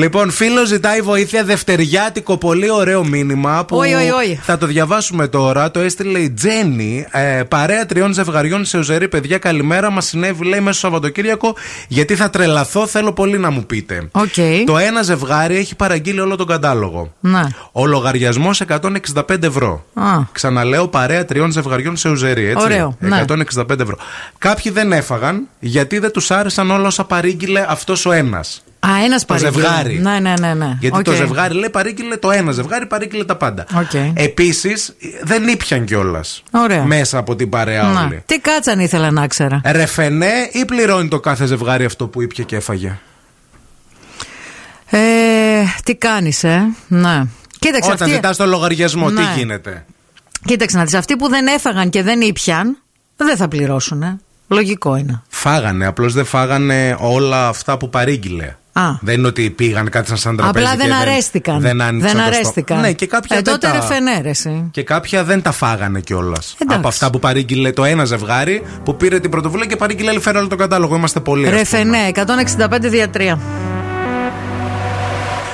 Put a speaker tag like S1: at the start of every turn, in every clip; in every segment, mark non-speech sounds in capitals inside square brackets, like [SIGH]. S1: Λοιπόν, φίλο ζητάει βοήθεια δευτεριάτικο. Πολύ ωραίο μήνυμα που
S2: Όι, όι, όι.
S1: θα το διαβάσουμε τώρα. Το έστειλε η Τζέννη, ε, παρέα τριών ζευγαριών σε οζερή. Παιδιά, καλημέρα. Μας συνέβη, λέει, μέσα στο Σαββατοκύριακο. Γιατί θα τρελαθώ, θέλω πολύ να μου πείτε.
S2: Οκ.
S1: Το ένα ζευγάρι έχει παραγγείλει όλο τον κατάλογο.
S2: Να.
S1: Ο λογαριασμός 165 ευρώ.
S2: Α.
S1: Ξαναλέω, παρέα τριών ζευγαριών σε ουζερί, έτσι.
S2: Ωραίο, ναι.
S1: 165 ευρώ. Κάποιοι δεν έφαγαν γιατί δεν τους άρεσαν όλα όσα παρήγγειλε αυτός ο ένας.
S2: Α, ένας παρήγγειλε.
S1: ζευγάρι.
S2: Ναι, ναι, ναι. ναι.
S1: Γιατί
S2: Οκ.
S1: το ζευγάρι λέει παρήγγειλε το ένα ζευγάρι, παρήγγειλε τα πάντα.
S2: Οκ.
S1: Επίσης δεν ήπιαν κιόλας.
S2: Ωραία.
S1: Μέσα από την παρέα
S2: Να.
S1: όλη.
S2: Ναι. Τι κάτσαν ήθελα να ξέρα.
S1: Ρεφενέ ή πληρώνει το κάθε ζευγάρι αυτό που ήπια και έφαγε.
S2: Ε, τι κάνεις, ε. Ναι. Κοίταξε,
S1: Όταν
S2: αυτοί-
S1: ζητάς το λογαριασμό,
S2: Ναι.
S1: τι γίνεται.
S2: Κοίταξε να δεις. Αυτοί που δεν έφαγαν και δεν ήπιαν, δεν θα πληρώσουν. Ε. Λογικό είναι.
S1: Φάγανε, απλώς δεν φάγανε όλα αυτά που παρήγγειλε.
S2: Α.
S1: Δεν είναι ότι πήγαν, κάτσαν σαν τραπέζι.
S2: Απλά
S1: και
S2: δεν αρέστηκαν.
S1: Δεν, άνοιξαν το στόμα.
S2: αρέστηκαν.
S1: Ναι, και κάποια,
S2: ε,
S1: δεν
S2: τότε
S1: τα...
S2: ρε φενέρεση.
S1: και κάποια δεν τα φάγανε κιόλας.
S2: Εντάξει.
S1: Από αυτά που παρήγγειλε το ένα ζευγάρι που πήρε την πρωτοβουλία και παρήγγειλε ελευθερά όλο τον κατάλογο. Είμαστε πολλοί. ας πούμε.
S2: Ρε φενέ, 165 διατρία.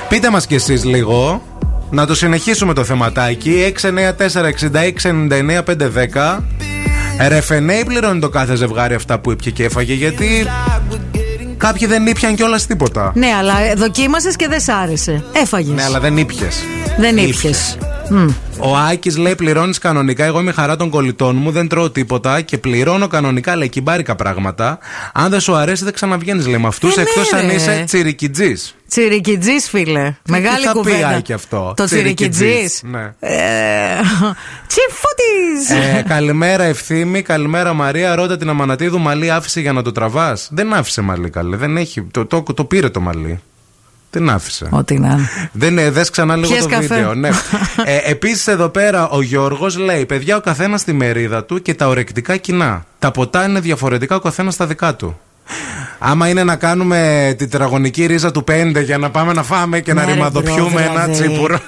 S1: Πείτε μας κι εσείς λίγο. Να το συνεχίσουμε το θεματάκι. 694-6699-510. Ρεφενέι πληρώνει το κάθε ζευγάρι αυτά που ήπια και έφαγε γιατί κάποιοι δεν ήπιαν κιόλας τίποτα.
S2: Ναι, αλλά δοκίμασες και δεν σ' άρεσε. Έφαγες.
S1: Ναι, αλλά δεν ήπιες.
S2: Δεν ήπιες.
S1: Ο Άκης λέει: Πληρώνεις κανονικά. Εγώ είμαι χαρά των κολλητών μου, δεν τρώω τίποτα και πληρώνω κανονικά λέει κυμπάρικα πράγματα. Αν δεν σου αρέσει, δεν ξαναβγαίνεις λέει με αυτούς,
S2: Ε, ναι,
S1: εκτός αν
S2: ρε.
S1: είσαι τσιρικιτζής.
S2: Τσιρικιτζής, φίλε. Μεγάλη
S1: θα πει,
S2: κουβέντα.
S1: Άκη, αυτό.
S2: Το Ε, τσιρικιτζής.
S1: Τσιρικιτζής, ναι.
S2: [LAUGHS] Τσιφούτη!
S1: ε, καλημέρα Ευθύμη, καλημέρα Μαρία. Ρώτα την Αμανατίδου, μαλλί άφησε για να το τραβάς. Δεν άφησε μαλλί, καλέ. Δεν έχει. Το, το, το πήρε το μαλλί. Δεν άφησε.
S2: Ό,τι να είναι.
S1: Δεν ε, δες ξανά λίγο
S2: Πιες
S1: το
S2: καφέ.
S1: βίντεο.
S2: [LAUGHS]
S1: Ναι. ε, Επίσης εδώ πέρα ο Γιώργος λέει: Παιδιά, ο καθένας στη μερίδα του και τα ορεκτικά κοινά. Τα ποτά είναι διαφορετικά, ο καθένας στα δικά του. Άμα είναι να κάνουμε τη τετραγωνική ρίζα του 5 για να πάμε να φάμε και να
S2: Ναι, ρε,
S1: ρημαδοποιούμε
S2: μπρο,
S1: ένα
S2: δηλαδή. [LAUGHS]
S1: τσίπουρο.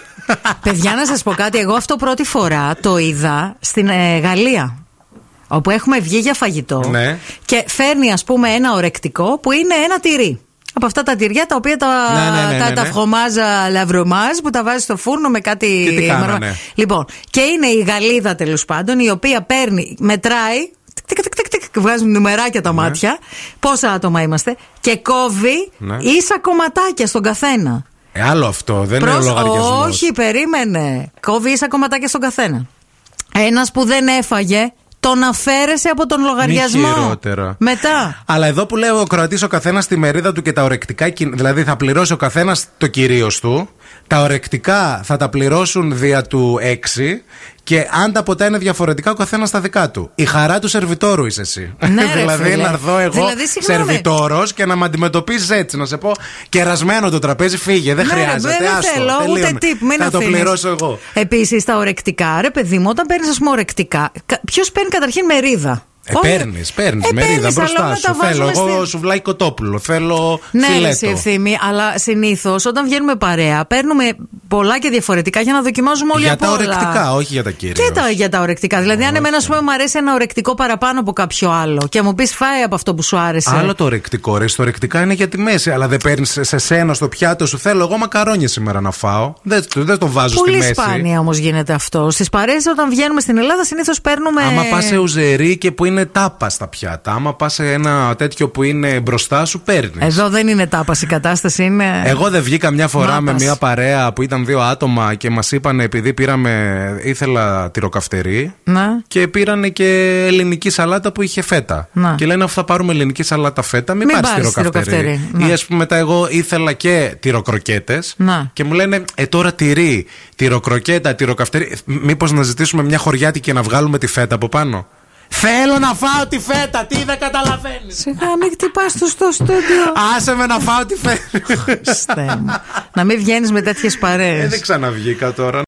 S2: Παιδιά, να σας πω κάτι. Εγώ αυτό πρώτη φορά το είδα στην ε, Γαλλία. Όπου έχουμε βγει για φαγητό.
S1: Ναι.
S2: Και φέρνει, ας πούμε, ένα ορεκτικό που είναι ένα τυρί. Από αυτά τα τυριά τα οποία τα,
S1: Ναι, ναι, ναι,
S2: τα,
S1: ναι,
S2: τα
S1: ναι.
S2: φρομάζα λαβρομάζ που τα βάζει στο φούρνο με κάτι.
S1: Και τι κάνανε.
S2: μαρμα- Λοιπόν, και είναι η Γαλλίδα τέλος πάντων η οποία παίρνει, μετράει. τικ, τικ, τικ, τικ, τικ, Βγάζουν νουμεράκια τα μάτια. Πόσα άτομα είμαστε. Και κόβει
S1: Ναι.
S2: ίσα κομματάκια στον καθένα.
S1: Ε, άλλο αυτό, δεν είναι ο
S2: Προς-
S1: λογαριασμός.
S2: Όχι, περίμενε. Κόβει ίσα κομματάκια στον καθένα. Ένας που δεν έφαγε, τον αφαίρεσε από τον λογαριασμό.
S1: χειρότερα.
S2: Μετά.
S1: Αλλά εδώ που λέει ο Κροατής ο καθένας τη μερίδα του και τα ορεκτικά. κιν- Δηλαδή θα πληρώσει ο καθένας το κυρίως του. Τα ορεκτικά θα τα πληρώσουν δια του 6. Και αν τα ποτά είναι διαφορετικά, ο καθένας τα δικά του. Η χαρά του σερβιτόρου είσαι εσύ.
S2: Ναι,
S1: [LAUGHS]
S2: ρε,
S1: δηλαδή
S2: φίλε.
S1: να έρθω εγώ
S2: Δηλαδή, συγγνώμη.
S1: σερβιτόρος και να με αντιμετωπίζεις έτσι. Να σε πω κερασμένο το τραπέζι, φύγε. Δεν
S2: Ναι, ρε,
S1: χρειάζεται.
S2: δεν
S1: άστο,
S2: θέλω
S1: τελείωνε.
S2: ούτε τύπ. Μην
S1: θα το
S2: αφήνεις.
S1: πληρώσω εγώ.
S2: Επίσης, τα ορεκτικά, ρε παιδί μου, όταν παίρνεις, ας πούμε, ορεκτικά. Ποιος παίρνει καταρχήν μερίδα.
S1: Ε,
S2: Όχι-
S1: παίρνεις, παίρνεις
S2: Ε,
S1: μερίδα
S2: παίρνεις, αλλά
S1: μπροστά
S2: όλα
S1: σου.
S2: τα
S1: Θέλω
S2: βάζουμε
S1: εγώ
S2: στη-
S1: σουβλάκι κοτόπουλο. Θέλω
S2: Ναι, ρε, εσύ
S1: φιλέτο.
S2: ευθύμη, αλλά συνήθως όταν βγαίνουμε παρέα, παίρνουμε πολλά και διαφορετικά για να δοκιμάζουμε όλοι
S1: Για
S2: από
S1: τα
S2: όλα.
S1: ορεκτικά, όχι για τα κυρίως.
S2: Και τα, για τα ορεκτικά. Δηλαδή, αν εμένα, ας πούμε, μου αρέσει ένα ορεκτικό παραπάνω από κάποιο άλλο και μου πεις φάει από αυτό που σου άρεσε.
S1: Άλλο το ρεκτικό, ρε. Στο ρεκτικά είναι για τη μέση. Αλλά δεν παίρνεις σε σένα στο πιάτο σου. Θέλω εγώ μακαρόνια σήμερα να φάω. Δεν, δεν το βάζω
S2: Πολύ
S1: στη μέση.
S2: σπάνια όμως γίνεται αυτό. Στις παρέες, όταν βγαίνουμε στην Ελλάδα, συνήθως παίρνουμε.
S1: Άμα πας σε ουζερί και που είναι τάπα στα πιάτα. Άμα πας σε ένα τέτοιο που είναι μπροστά σου, παίρνεις.
S2: Εδώ δεν είναι τάπας η κατάσταση, είναι.
S1: Εγώ δεν βγήκα μια φορά
S2: ναι. Μάπας.
S1: με μια παρέα που ήταν δύο άτομα και μας είπαν επειδή πήραμε. ήθελα τυροκαυτερή.
S2: Να.
S1: Και πήρανε και ελληνική σαλάτα που είχε φέτα.
S2: Να.
S1: Και λένε αφού θα πάρουμε ελληνική σαλάτα φέτα, μην,
S2: Μην
S1: πάρεις ναι.
S2: πάρεις
S1: τυροκαυτερή.
S2: τυροκαυτερή. Να.
S1: Ή ας πούμε μετά εγώ ήθελα και τυροκροκέτες.
S2: Να.
S1: Και μου λένε ε, τώρα τυρί, τυροκροκέτα, τυροκαυτερή. Μήπως να ζητήσουμε μια χωριάτικη και να βγάλουμε τη φέτα από πάνω. Θέλω να φάω τη φέτα, τι δεν καταλαβαίνεις.
S2: Σιγά, μην χτυπάς το στο
S1: [LAUGHS]
S2: στούντιο.
S1: Άσε με να φάω τη φέτα.
S2: Χριστέ μου. να μην βγαίνεις με τέτοιες παρέες.
S1: Ε, δεν Ε, ξαναβγήκα τώρα.